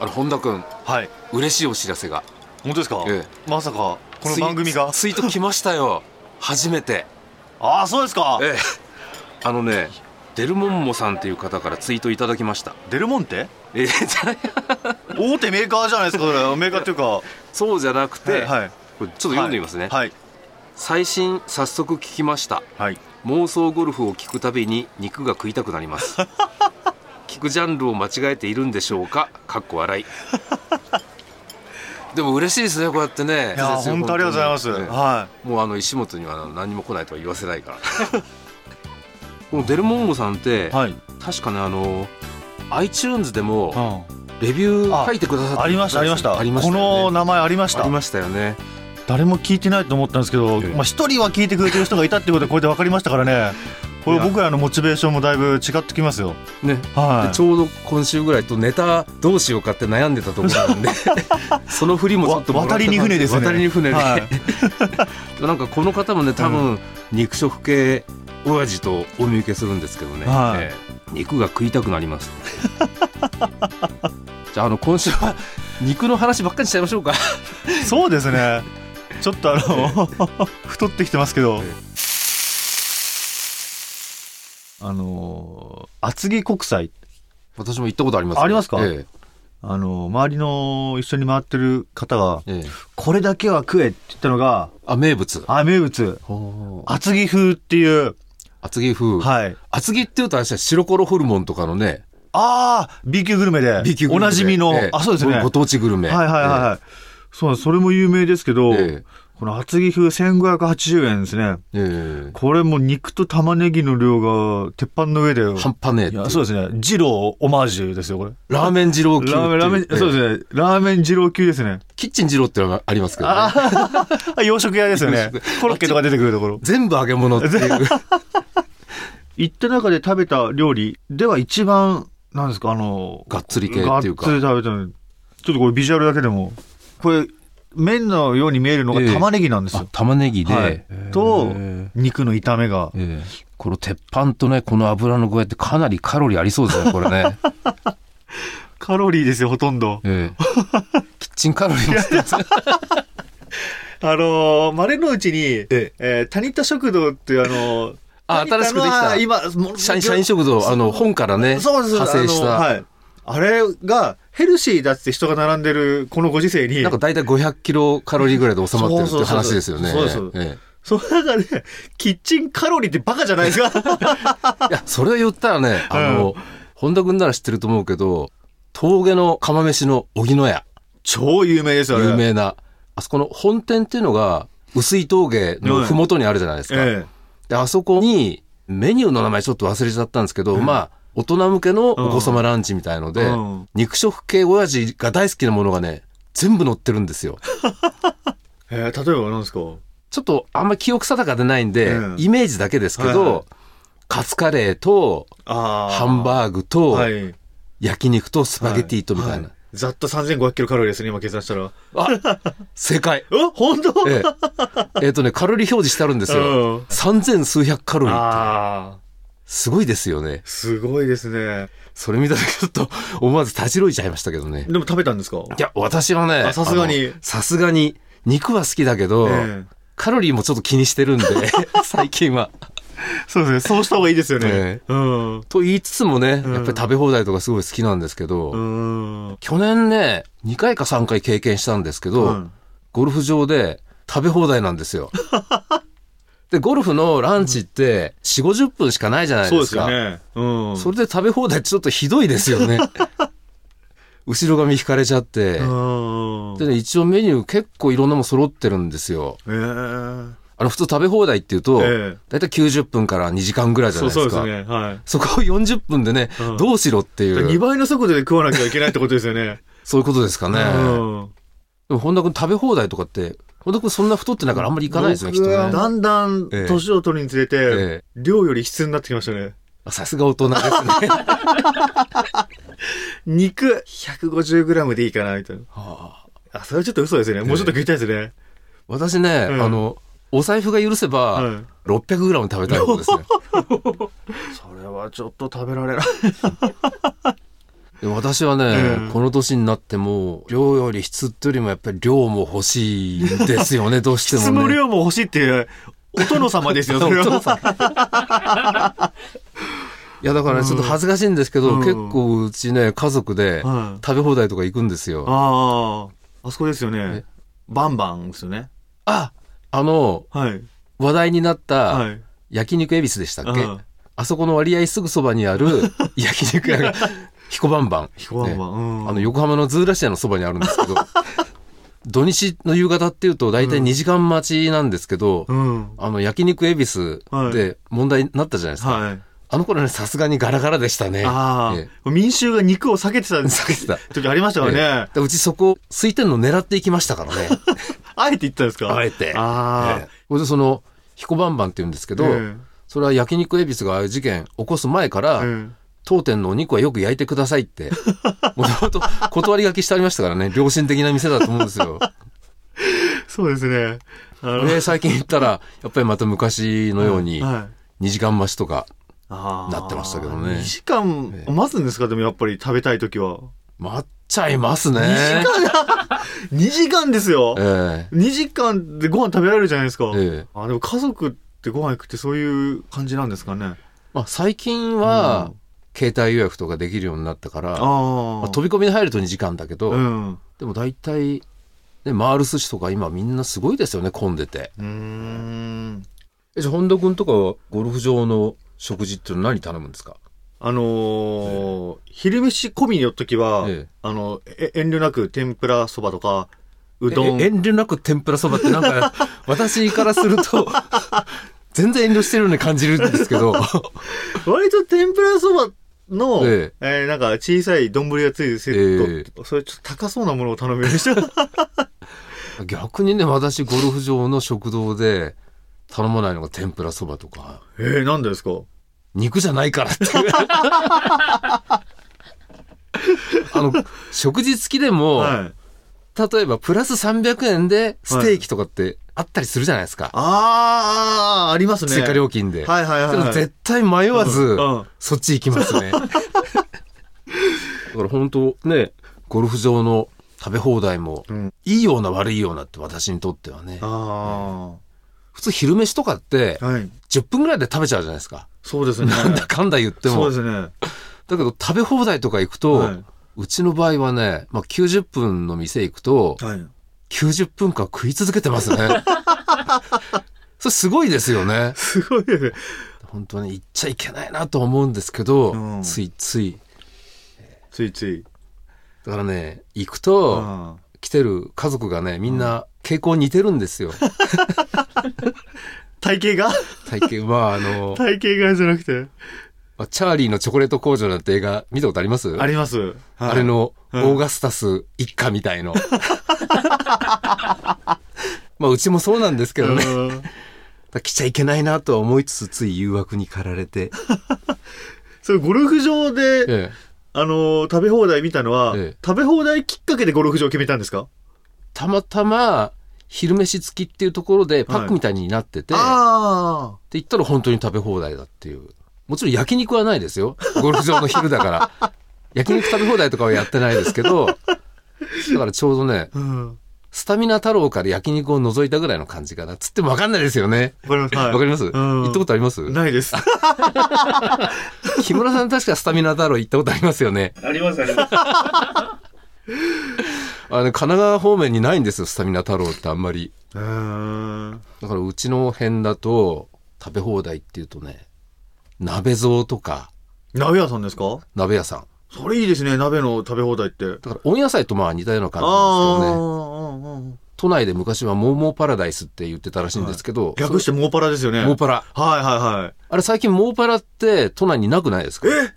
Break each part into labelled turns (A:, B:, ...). A: あの本田君
B: はい
A: 嬉しいお知らせが
B: 本当ですか、
A: え
B: まさかこの番組が
A: ツイツイート来ましたよ初めて
B: ああそうですか
A: ええあのねデルモンモさんっていう方からツイートいただきました
B: デルモンテ
A: ええ じゃない
B: 大手メーカーじゃないですか それメーカーっていうか
A: そうじゃなくて、
B: はいはい
A: これちょっと読んでみますね、
B: はい
A: 最新早速聞きました
B: はい
A: 妄想ゴルフを聞くたびに肉が食いたくなります 聞くジャンルを間違えているんでしょうかかっこ笑 いでも嬉しいですねこうやってね
B: いやー本当ありがとうございます、
A: ええ
B: は
A: もうあの石本にはあの何も来ないとは言わせないから このデルモンゴさんって、
B: いはい、
A: 確かねあの iTunes でも
B: う
A: レビュー書いてくださって
B: ん、ありましたありました
A: ありました
B: こ
A: よね
B: の名前ありまし
A: あ
B: た
A: りましたよね
B: 誰も聞いてないと思ったんですけど、
A: ええ
B: まあ一人は聞いてくれてる人がいたってことでこれで分かりましたからねこれ
A: いや
B: 僕らのモチベーションもだいぶ違ってきますよ
A: ね
B: は
A: でち
B: い
A: ょうど今週ぐらいとネタどうしようかって悩んでたところなんでその振りもちょっともらった
B: 渡りに船ですね
A: 渡りに船で、
B: はい
A: なんかこの方もね多分肉食系親父とお見受けするんですけどね、
B: はい
A: ええ肉が食いたくなります じゃああの今週は肉の話ばっかりしちゃいましょうか
B: そうですねちょっとあの太ってきてますけど
A: ええ
B: あのー厚木国際
A: 私も行ったことあります、
B: ありますか
A: え
B: あのー周りの一緒に回ってる方が
A: えええ
B: これだけは食えって言ったのが
A: あ名物
B: あ名物
A: ほう
B: 厚木風っていう
A: 厚木風、
B: はい
A: 厚木っていうとあれですね白コロホルモンとかのね
B: ああ B 級グルメで
A: B 級グルメで
B: おなじみの、
A: ええ
B: あそうですね
A: ごご当地グルメ
B: はいはいはい、はい。そうなんですそれも有名ですけど、
A: ええ
B: この厚木風1580円ですね。
A: ええ
B: これも肉と玉ねぎの量が鉄板の上で。
A: 半端ねえっ
B: い
A: てい
B: や
A: う
B: そうですね。二郎オマージュですよ、これ。
A: ラーメン二郎級ってい
B: ラーメン、ラーメン、
A: ええ
B: そうですね。ラーメン二郎級ですね。
A: キッチン二郎ってのがありますけどね
B: ああ、洋食屋ですよ ね
A: 洋食。
B: コロッケとか出てくるところ。
A: 全部揚げ物っていう
B: 行った中で食べた料理では一番、なんですか、あの、
A: がっつり系っていうか
B: がっつり食べたの。ちょっとこれビジュアルだけでも、これ、麺のように見えるのが
A: ええ
B: 玉ねぎなんですよ
A: あ。玉ねぎで、
B: はい、と
A: え
B: 肉の炒めが
A: えええこの鉄板とねこの油の具合ってかなりカロリーありそうですねこれ ね、
B: カロリーですよほとんど
A: ええキッチンカロリーもそうですね
B: あのー、丸の内に、え
A: え
B: ー、タニタ食堂っていうあのー
A: あ
B: タニタのは
A: 新し
B: 今も う
A: 社員社員食堂あの本からね
B: そうです
A: 派生し
B: あの
A: た、
B: はい、あれがヘルシーだって人が並んでるこのご時世に
A: なんか大体500キロカロリーぐらいで収まってるっていう話ですよね
B: そうそうそうそう
A: ええ
B: その中でキッチンカロリーってバカじゃないです か
A: いや、それを言ったらね、あの、本田君なら知ってると思うけど、峠の釜飯の荻野屋、
B: 超有名ですよあれ
A: 有名な、あそこの本店っていうのが、薄い峠のふもとにあるじゃないですか。
B: ええ
A: で、あそこに、メニューの名前ちょっと忘れちゃったんですけど、まあ、大人向けのお子様ランチみたいので、
B: うん
A: 肉食系親父が大好きなものがね、全部載ってるん ですよ。
B: えー例えば何ですか
A: ちょっとあんまり記憶定かでないんで、
B: うん
A: イメージだけですけど、
B: はいはい
A: カツカレーと、
B: あ
A: ハン
B: ー
A: バーグと、
B: はい
A: 焼肉とスパゲティとみたいな。
B: はざっと3500キロカロリーですね今計算したら
A: あ、正解。
B: え本当
A: えええっとね、カロリー表示してあるんですよ。
B: うん
A: 三千数百カロリーって。
B: ああ、
A: すごいですよね。
B: すごいですね。
A: それ見た時ちょっと思わず立ちろいちゃいましたけどね
B: で。も食べたんですか
A: いや、私はね、
B: あさすがに
A: あのさすがに、肉は好きだけど、
B: え
A: カロリーもちょっと気にして るんで、最近は。
B: えそうですね。そうした方がいいですよ
A: え
B: ね。うん。
A: と言いつつもね、やっ
B: ん
A: ぱり食べ放題とかすごい好きなんですけど、
B: うん。
A: 去年ね、2回か3回経験したんですけど、
B: うん
A: ゴルフ場で食べ放題なん ですよ。で、ゴルフのランチって4、50分しかないじゃない
B: そ
A: で
B: うですす
A: か。
B: よね。うん。
A: それで食べ放題ちょっとひどいです よね。後ろ髪引かれちゃって。
B: うん。
A: でね、一応メニュー結構いろんなもん揃ってるんですよ。
B: え
A: あの、普通食べ放題っていうと、
B: ええ
A: だいたい90分から2時間ぐらいじゃ
B: そ
A: ないうです
B: そう
A: か。
B: ですね。はい。
A: そこを40分でね、
B: うん
A: どうしろってい
B: 2
A: う、
B: 倍の速度で食わなきゃいけないってこ とですよね。
A: そういうことですかね。
B: うん。
A: でも本田君食べ放題とかって、本田君そんな太ってないからあんまり行かないですね、きっと
B: 僕は
A: ね。
B: だんだん
A: ええ
B: 年を取るにつれ
A: え
B: て、量より質になってきましたね。
A: さすが大人ですね。
B: 肉 150g でいいかな、みたいな。あ、それはちょっと嘘ですね。もうちょっと食いたいですね。
A: 私ね、
B: うん
A: あの、お財布が許せば、
B: うん
A: 600グラム食べたい 方ですね。
B: それはちょっと食べられない。
A: で私はね、
B: ええ
A: この年になっても量より質っていうよりもやっぱり量も欲しいんです よねどうして
B: 質
A: も
B: も
A: ね。
B: 量も欲しいっていう、お殿様ですよ、そ れ
A: お殿
B: は。
A: いやだからねちょっと恥ずかしいんですけど、
B: うん
A: 結構うちね家族で
B: はい
A: 食べ放題とか行くんですよ。
B: ああ、あそこですよね
A: え。
B: バンバンですよね。
A: ああの
B: はい。
A: 話題になっ
B: は
A: た
B: い。
A: 焼肉恵比寿でしたっけ、
B: うん
A: あそこの割合すぐそばにある焼肉屋が 彦バンバン。
B: 彦バンバン。うん
A: あの、横浜のズーラシアのそばにあるんですけ ど、土日の夕方っていうと大体2時間待ちなんですけど、
B: うん。
A: あの、焼肉恵比寿
B: はい
A: で問題になったじゃないですか。
B: はい。
A: あの頃ね、さすがにガラガラでしたね。
B: あ
A: え
B: あ、民衆が肉を避けてた
A: え 避けてた。
B: 時ありましたよね
A: え。えでうちそこ、空いてるの狙っていきましたからね。
B: あえて言ったんですか
A: あえて。
B: あ
A: ええそれでその、彦バンバンって言うんですけど、
B: ええ
A: それは焼肉恵比寿がああいう事件起こす前から、
B: あ。うん
A: 当店のお肉はよく焼いてくださいっ て、もともと断り書きしてありましたからね、良心的な店だと思うんです よ。
B: そうですね。あの
A: で、最近行ったら、やっぱりまた昔のように、
B: はい
A: 2時間待ちとか、
B: あー
A: なってましたけどね
B: 2時間
A: ええ
B: 待つんですかでもやっぱり食べたい時は。
A: 待っちゃいますね。
B: 2時間 !2 時間ですよ
A: ええ
B: 2時間でご飯食べられるじゃないですか。
A: ええ
B: あ、でも家族ってご飯行くってそういう感じなんですかね。
A: まあ、最近
B: う
A: は
B: ん、
A: 携帯予約とかできるようになったから、
B: あ
A: ま
B: あ。
A: あ、飛び込みで入ると2時間だけど、
B: うん。う
A: でも大体、ね、回る寿司とか今みんなすごいですよね、混んでて。
B: ーん。
A: え、じゃあ本田君とかはゴルフ場の食事っていうのは何頼むんですか
B: あのー昼飯込みの時は、
A: ええ
B: あの、え遠慮なく天ぷらそばとか、うどん。
A: え遠慮なく天ぷらそばってなんか、 私からする と、全然遠慮してるように感じるんですけど、
B: 割と天ぷらそばの、え
A: え
B: ーなんか小さい丼がついてるセット、それちょっと高そうなものを頼める でしょ。
A: 逆にね、私、ゴルフ場の食堂で頼まないのが天ぷらそばとか、
B: えー、なんでですか
A: 肉じゃないからっていう。 あの、食事付きでも、
B: はい。
A: 例えばプラス300円でステーキとかってあったりするじゃないですか。
B: あー、ありますね。
A: 追加料金で。
B: はいはいはい、
A: そ
B: は
A: れ
B: い。
A: 絶対迷わず、
B: うんうん
A: そっち行きます ね。だから本当ね、ゴルフ場の食べ放題も、
B: うん
A: いいような悪いようなって私にとってはね。
B: あ
A: 普通昼飯とかって
B: あ、、はい。
A: 10分ぐらいで食べちゃうじゃないですか。
B: そ うですね。
A: なんだかんだ言って
B: そ
A: も。
B: う
A: だ
B: ですね。
A: けど食べ放題とか行くと、
B: はい。
A: うちの場合はね、まあ、90分の店行くと、
B: はい。
A: 90分間食い続けてます ね。それすごいですよね。
B: すごいですね。
A: 本当に行っちゃいけないなとは思うんですけど、
B: うん
A: ついつい。
B: ついつい。
A: だからね、行くと、
B: あ
A: 来てる家族がね、みんな傾向似てるんです よ。
B: ー体型が
A: 体型は、あの、
B: 体型がじゃなくて。
A: まあチャーリーのチョコレート工場なんて映画見たことあります
B: あります。はい
A: あれ。の、オ
B: うん
A: ーガスタス一家みたい の。まあ、うちもそうなんですけ
B: う
A: どね。だか
B: ん
A: ら来ちゃいけないなとは思いつつ、つい誘惑に駆られて。
B: それゴルフ場で、
A: ええ
B: あのー食べ放題見たのは、
A: ええ
B: 食べ放題きっかけでゴルフ場決めたんですか
A: たまたま、昼飯付きっていうところでパックみたいになってて、
B: あ
A: って言ったら本当に食べ放題だっていう。もちろん焼肉はないですよ。ゴルフ場の昼だ から。焼肉食べ放題とかはやってないですけど、だからちょうどね、
B: あ。うん。
A: スタミナ太郎から焼肉を除いたぐらいの感じかな。つってもわかんないですよね。
B: わかります。
A: わ、
B: はい。
A: かります、
B: ん
A: 行ったことあります
B: ないです。
A: 木村さん確かスタミナ太郎行ったことありますよね。
B: あります、あり ます。
A: あの、神奈川方面にないんですよ、スタミナ太郎ってあんまり。
B: うーん。
A: だからうちの辺だと、食べ放題っていうとね、鍋蔵とか
B: 鍋屋さんですか
A: 鍋屋さん。
B: それいいですね、鍋の食べ放題って。
A: だから温野菜とまあ似たような
B: あ
A: 感じなんですけどね。
B: あ、
A: 都内で昔はモーモーパラダイスって言ってたらしいんですけど、
B: 略してモーパラですよね。
A: モーパラ。
B: はいは
A: あれ最近モーパラって都内になくないですか
B: いはい。え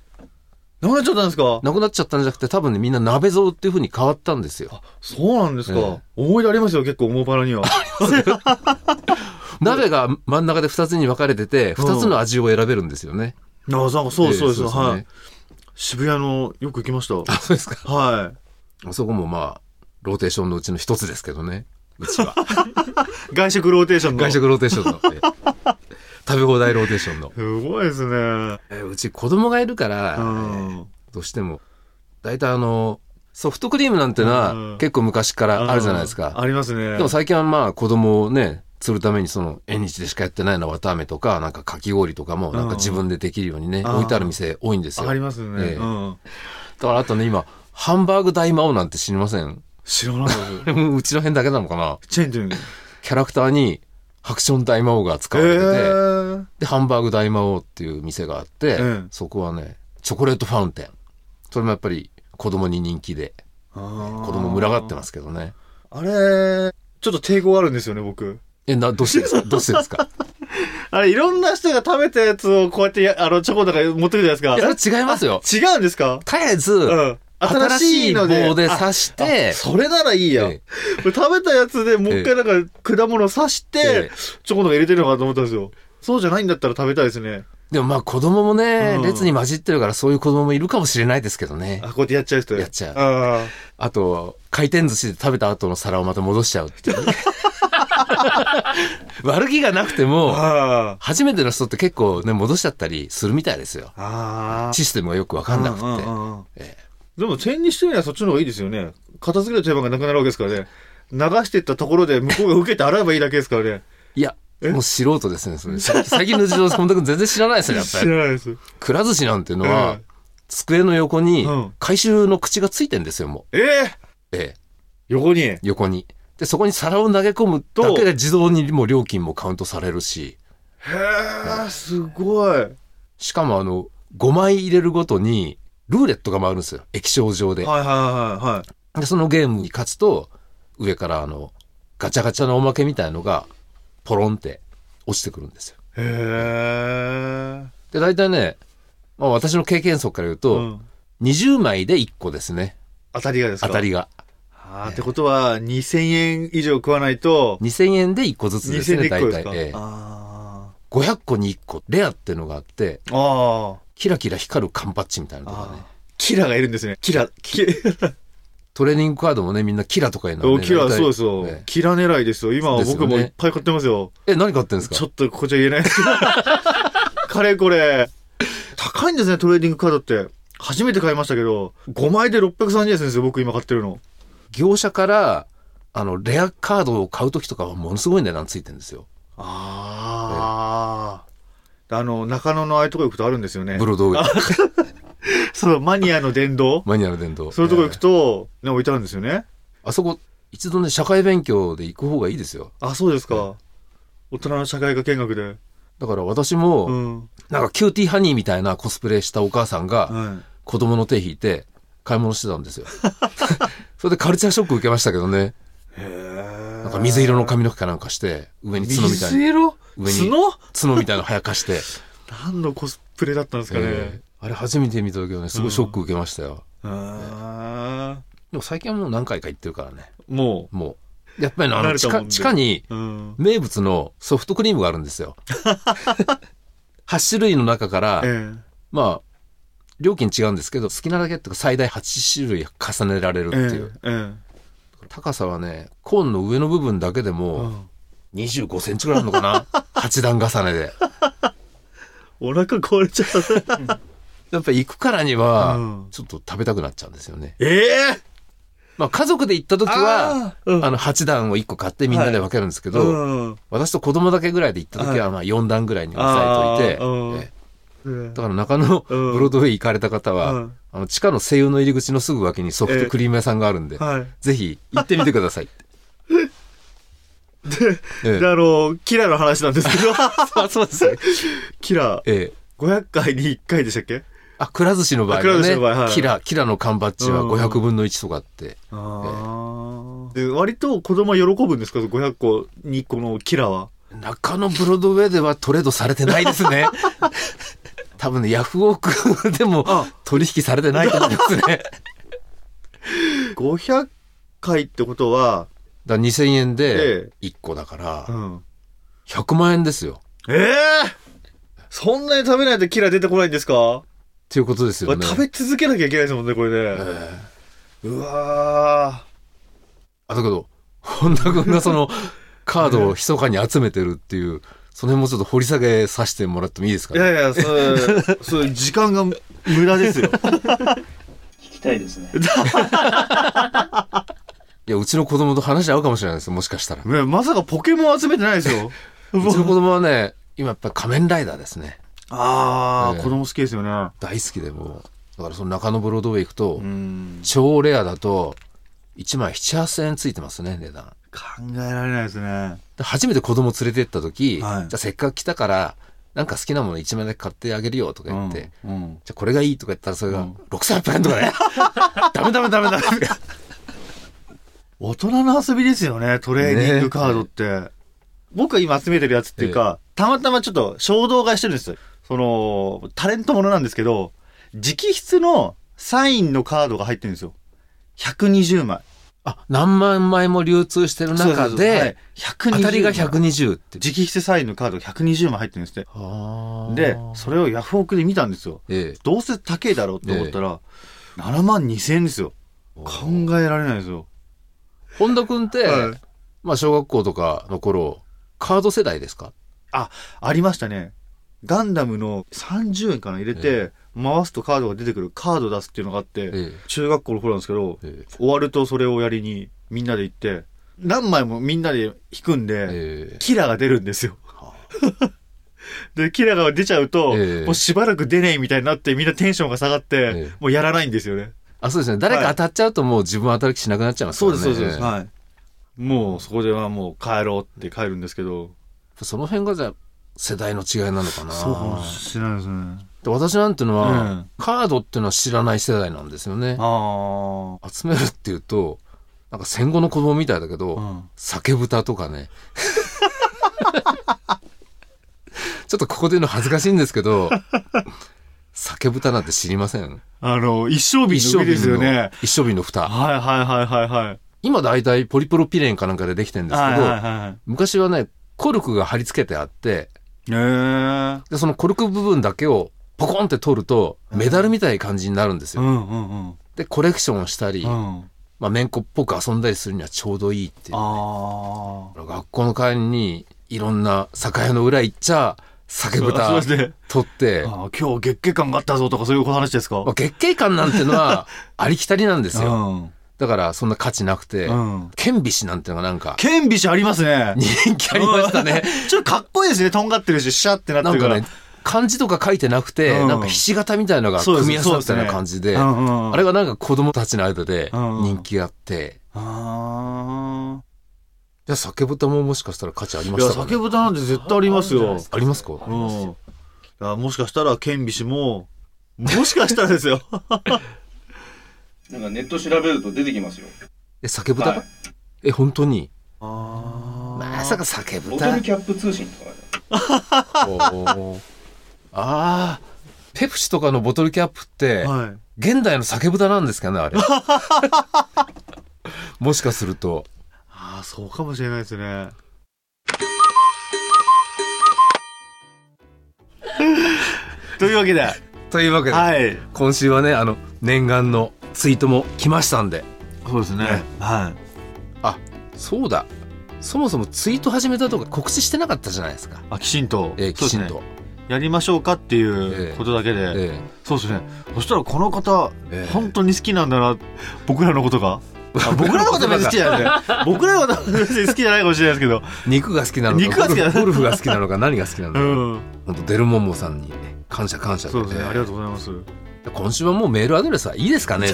B: なくなっちゃったんですか
A: なくなっちゃったんじゃなくて多分ねみんな鍋蔵っていう風に変わったんですよ。
B: そうなんですか。
A: え
B: 思い出ありますよ、結構、モーパラには。
A: 鍋が真ん中で2つに分かれてて、
B: うん
A: 2つの味を選べるんですよね。
B: なあ、なんかそうですそうです、
A: ええ
B: はい
A: ね。
B: 渋谷の、よく行きました。
A: あ、そうですか。
B: は
A: そこもまあ、ローテーションのうちの一つですけどね。うち は。
B: い。外食ローテーションの。
A: 外。食ローテーションの。ええ食べ放題ローテーションの。
B: すごいですね。
A: えうち子供がいるか
B: う
A: ら、
B: ん。
A: どうしても大体あの、ソフトクリームなんての
B: う
A: は
B: ん
A: 結構昔からあるじゃないです
B: あー
A: か。
B: あります
A: で
B: ね。
A: も最近はまあ子供をね、釣るためにその縁日でしかやってないのは綿あめとか、なんかかき氷とかもなんか自分でできるようにね、
B: うん
A: 置いてある店多いんですよ。
B: ありますね。
A: ええ
B: うん。
A: だからあとね、今、ハンバーグ大魔王なんて知りませ ん
B: 知らないです。
A: うちの辺だけなのかな
B: チェンジ ン。
A: キャラクターに、ハクション大魔王が使
B: え
A: われてて、
B: ー、
A: で、ハンバーグ大魔王っていう店があって、
B: うん
A: そこはね、チョコレートファウンテン。それもやっぱり子供に人気で、
B: 子
A: 子供群がって
B: す。
A: ますけどね。
B: あれ、ちょっと抵抗あるんですよね、僕。
A: え、な、どうしてです かどうしてですか
B: あれ、いろんな人が食べたやつをこうやってや、あの、チョコの中に持ってくるじゃない
A: い
B: で
A: や、それ違いますよ。
B: すか。違うんですか
A: 絶えず、
B: うん。
A: 新しい棒で刺し
B: あ
A: て、
B: それならいいや。
A: え
B: 食べたやつでもう一回なんか果物刺し
A: え
B: て
A: え、
B: チョコの中入れてるのかと思ったんですよ。そうじゃないんだったら食べたいですね。
A: でもまあ子供もね、
B: うん
A: 列に混じってるからそういう子供もいるかもしれないですけどね
B: あ、。こうやってやっちゃう人。
A: やっちゃう
B: あー
A: あと、回転寿司で食べた後の皿をまた戻しちゃうっていう ね悪気がなくても、
B: あー。
A: 初めての人って結構ね、戻しちゃったりするみたいですよ。
B: ああ。
A: システムがよくわかんなくて。
B: うんうんうん
A: ええ
B: でも、チェンジしてみればそっちの方がいいですよね。片付ける手間がなくなるわけですからね。流していったところで向こうが受けて洗えばいいだけですから ね。
A: いや、もう素人ですね、それ。最最近の事情、本当に全然知らないですね、やっぱ
B: 知
A: り。
B: らないです。
A: くら寿司なんていうの
B: う
A: は
B: ん、
A: 机の横に
B: うん、
A: 回収の口がついてんですよ、も
B: え
A: う。
B: え
A: ええ、
B: 横に。
A: 横に。で、そこに皿を投げ込むだけで自動にもう料金もカウントされるし、
B: へえ、すごい。
A: しかもあの、5枚入れるごとに、ルーレットが回るんですよ、液晶上で。
B: はいはいはいはい。
A: で、そのゲームに勝つと、上からあの、ガチャガチャのおまけみたいのが、ポロンって落ちてくるんですよ。
B: へえ。
A: で、大体ね、まあ私の経験則から言うと、
B: うん
A: 20枚で1個ですね。
B: 当たりがですか
A: 当た。りが。
B: あーってことは、2000円以上食わないと、
A: 2000円で1個ずつです
B: 2000
A: ね、
B: 円1個
A: 大
B: です
A: 体
B: か。。
A: ええ
B: あ
A: 500個に1個、レアっていうのがあって、
B: ーあー。
A: キラキラ光る缶バッジみたいなのとかね
B: あ。ーキラがいるんですね。キラ、キ
A: トレーニングカードもね、みんなキラとかいうの
B: お
A: ね
B: キラ、
A: 大体
B: そうですよ
A: え。
B: キラ狙いですよ。今は
A: ですよ
B: 僕
A: ね
B: もいっぱい買ってますよ。
A: え、何買ってんですか
B: ちょっとこっちは言えないです けど。かれこれ。高いんですね、トレーディングカードって。初めて買いましたけど、5枚で630円でするんですよ、僕今買ってるの。
A: 業者から、あの、レアカードを買うときとかはものすごい値段ついてるんですよ。
B: ああ。あの、中野のああいうとこ行くとあるんですよね
A: ブ。ロードウェイ。
B: そう、マニアの 殿堂。
A: マニュアル電動。
B: そういうとこ行く
A: え
B: と、ね、置いてあるんですよ
A: え
B: ね。
A: あそこ、一度ね、社会勉強で行く方がいいですよ。
B: あ、そうですか。大人の社会科見学で。
A: だから私も、
B: うん。
A: なんかキューティーハニーみたいなコスプレしたお母さんが、
B: はい。
A: 子供の手引いて買い物してたんですよ。 それでカルチャーショック受けましたけどね。
B: へえ。
A: なんか水色の髪の毛かなんかして、上に角みたい
B: 水
A: な、
B: 色
A: 上に
B: 角
A: 角みたいなの早かして。
B: 何のコスプレだったんですかね。
A: ええあれ初めて見た時はね、すごいショック受けましたよ。
B: あ
A: でも最近はもう何回か行ってるからね。
B: ーも
A: もう。やっぱりねあ
B: 慣
A: の
B: れ
A: 地
B: た
A: 下、
B: もんで
A: 地下に
B: う、うん。
A: 名物のソフトクリームがあるんですよ。8種類の中から、
B: え
A: まあ、料金違うんですけど、好きなだけっていうか最大8種類重ねられるっ
B: え。
A: て
B: え
A: いう。
B: え。え
A: 高さはね、コーンの上の部分だけで
B: え。う
A: も
B: ん
A: 25センチぐらいあるの かな ?8 段重ねで。
B: お腹壊れちゃった。
A: やっぱ行くからに
B: う
A: は
B: ん、
A: ちょっと食べたくなっちゃうんですよね。
B: ええ
A: まあ家族で行った時は、
B: あーうん
A: あの8段を1個買ってみんなで分けるんですけど、
B: うん
A: 私と子供だけぐらいで行った時は、まあ4段ぐらいに抑え
B: あー
A: と
B: うん
A: いて、ええ
B: うん
A: だから中野ブ
B: うん
A: ロードウェイ行かれた方は、
B: うん
A: あの地下の西洋の入り口のすぐ脇にソフトクリーム屋さんがあるんで、
B: はい。
A: ぜひ行ってみてくださいって。ええ
B: で、あの、キラの話なんですけど、
A: あそうですね。
B: キラ、
A: ええ
B: 500回に1回でしたっけ
A: あ、くら寿司の場合
B: あくら
A: は
B: 寿司
A: ね、
B: の場合はい
A: キラ、キラの缶バッジは
B: うん
A: 500分の1とかって。
B: ああ。で、割と子供は喜ぶんですか ?500 個に1個のキラは。
A: 中野ブロードウェイではトレードされてないです ね。多分ね、ヤフオクでも
B: あ
A: 取引されてないと思うんで すね。だか
B: 500回ってことは、
A: ら2000円
B: え
A: で1個だか
B: う
A: ら、
B: ん。
A: 100万円ですよ。
B: ええそんなに食べないとキラ出てこないんですか
A: っていうことですよね。
B: 食べ続けなきゃいけないですもんね、これね。
A: ええ
B: うわ
A: あ、だけど、本田君がそ の、カードを密かに集めてるっていう、その辺もちょっと掘り下げさせてもらってもいいですか
B: ー い
A: ね。
B: やいや、そう、そう、時間が無駄ですよ。
C: 聞きたいですね。
A: いやうちの子供と話し合うかもしれないですもしかした らう
B: ねまさかポケモン集めてないですよ。
A: ちの子供はね今やっぱ仮面ライダーですね
B: あ
A: ね
B: あ、子供好きですよね。
A: 大好きでもうだからその中野ブロードウェイ行くと、
B: うん。
A: 超レアだと1枚78000円ついてますね値段
B: 考えられないですね。
A: で初めて子供連れてった時、
B: はい
A: じゃあせっかく来たからなんか好きなもの1枚だけ買ってあげるよとか言って、じ
B: うんうん
A: ゃあこれがいいとか言ったらそれ
B: う
A: が
B: ん
A: 6800円とかねダメダメダメダメ
B: 大人の遊びですよね、トレーニングカードって。僕が今集めてるやつっていうか、たまたまちょっと衝動買いしてるんですよ。その、タレントものなんですけど、直筆のサインのカードが入ってるんですよ。120枚。
A: あ何万枚も流通してる中
B: そうそうそうはい
A: で、
B: 120枚
A: 当たりが120って
B: 直筆サインのカードが120枚入ってるんですね。
A: あー
B: で、それをヤフオクで見たんですよ。
A: ええ
B: どうせ高えだろうって思ったら、7万2000円ですよ。考えられないですよ。
A: 本田君って、
B: はい
A: まあ小学校とかの頃カード世代ですか
B: あ、ありましたね。ガンダムの30円かな入れて、回すとカードが出てくるカード出すっていうのがあって、
A: え
B: 中学校の頃なんですけど、
A: ええ
B: 終わるとそれをやりにみんなで行って、何枚もみんなで引くん
A: え
B: で、
A: え
B: キラが出るんですよ。 で、キラが出ちゃうと、
A: ええ
B: もうしばらく出ねえみたいになってみんなテンションが下がって、
A: え
B: もうやらないんですよね。
A: あそうですね誰か当たっちゃうともう自分は当たる気しなくなっちゃいます
B: そ
A: か
B: う
A: ら
B: で
A: ね
B: す、そうです。そうですはい。もうそこではもう帰ろうって帰るんですけど、
A: その辺がじゃあ世代の違いなのかな
B: そうかもしれないですね。
A: で私なんてのは、
B: うん
A: カードっていうのは知らない世代なんですよね
B: あ
A: 集めるっていうとなんか戦後の子供みたいだけど、
B: あ。うん。
A: 酒豚とかね ちょっとここで言うの恥ずかしいんですけど酒豚なんて知りません
B: あの、一生瓶の上ですよね。
A: 一升瓶の蓋
B: はいはいはいはいはい。
A: 今大体ポリプロピレンかなんかでできてるんですけど、
B: はいはいはい。
A: 昔はねコルクが貼り付けてあって
B: えー。
A: で、そのコルク部分だけをポコンって取ると、メダルみたいな感じになるんです
B: う
A: よ。
B: んうんうん。
A: で、コレクションをしたり、
B: うん。
A: まあ、めんこっぽく遊んだりするにはちょうどいいっていう。
B: ああ。
A: 学校の帰りに、いろんな酒屋の裏行っちゃ、酒
B: そう
A: 豚
B: そうですね
A: 取って、
B: あー今日月経感があったぞとかそういう話ですか
A: まあ、月経感なんての はありきたりなんです
B: う
A: よ。
B: ん。
A: だから、そんな価値なくて、
B: うん。
A: 剣美師なんてのがなんか、
B: 剣美師ありますね。
A: 人気ありましたね。
B: ちょっとかっこいいですね。とんがってるし、シャってなっ
A: な
B: て
A: ん
B: るか。
A: からね、漢字とか書いてなくて、
B: うん
A: なんかひし形みたいのが
B: そうです
A: 組み合わさったような感じで、
B: うんうん、
A: あれがなんか子供たちの間で
B: うん
A: 人気があって、
B: あ
A: じゃあ酒豚ももしかしたら価値あり
B: あ。
A: ま
B: いや、
A: したか、ね、
B: 酒豚なんて絶対ありますよ。
A: ありますか
B: うん。いや、もしかしたら剣美師も、もしかしたら ですよ。
C: なんかネット調べると出てきますよ。
A: え、酒豚、
C: はい。
A: え、本当に
B: あ
A: まさか酒
C: ボト
A: 豚
C: ルキャップ通信とか。
A: お ーああ、ペプシとかのボトルキャップって、
B: はい。
A: 現代の酒豚なんですかね、あ れ。もしかすると。
B: ああ、そうかもしれないで すね。というわけで、
A: というわけで、
B: はい。
A: 今週はね、あの、念願のツイートも来ましたんで。
B: そうですね。は
A: そうだ。そもそもツイート始めたとか告知してなかったじゃないですか
B: い。。あ、きちんと。
A: えー、きちん
B: そうですね
A: と。
B: やりましょうかってい
A: え
B: う
A: え
B: ことだけで。
A: ええ
B: そうですね。そしたらこの方、
A: ええ
B: 本当に好きなんだな、僕らのことが。あ僕らのこと別に好きじゃないですね。僕らのこと別に好きじゃないかもしれないですけど。
A: 肉が好きなのか
B: 肉が好きなの
A: ゴルフゴルフが好きなのか何が好きなの
B: う
A: か、
B: ん。
A: 本当デルモモさんに感謝感謝
B: そうですね。ありがとうございます。
A: 今週はもうメールアドレスはいいですかね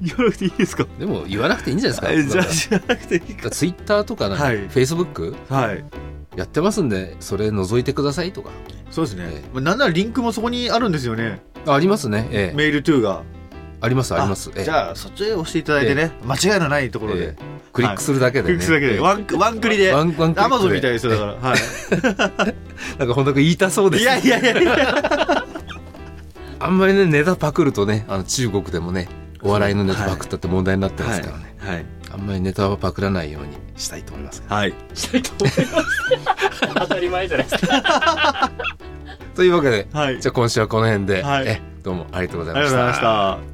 B: 言わなくていいですか
A: でも言わなくていいんじゃないで
B: え
A: す
B: じ
A: か
B: ゃ あ、知らなくていいか。
A: ツイッターとかなんか、
B: はい
A: フェイスブック
B: はい。
A: やってますんでそれ覗いてくださいとか
B: そうですね
A: ええ。
B: まあなんならリンクもそこにあるんですよね。
A: あありますねええ
B: メールトゥーが。
A: ありますありますええ
B: じゃあ、そっちへ押していただいてね。間違いのないところ
A: え
B: で。
A: えクリックするだけで、ね
B: クリックするだけ
A: え
B: で。
A: え
B: ワンクワンクリで。
A: ワンワンクリックで
B: アマゾンみたいですよ、だから。はい。
A: なんか本当言いたそうで
B: い
A: す
B: やいやいやいや。
A: あんまりねネタパクるとねあの中国でもねお笑いのネタパクったって問題になってますからね、
B: はい。
A: あんまりネタはパクらないようにしたいと思います
B: はい。
D: したいと思います。当たり前じゃないですか。
A: というわけで
B: はい。
A: じゃあ今週はこの辺で、
B: はい
A: えどうもありがとうござい
B: ありがとう
A: ま
B: ご
A: し
B: ざい
A: た
B: ました。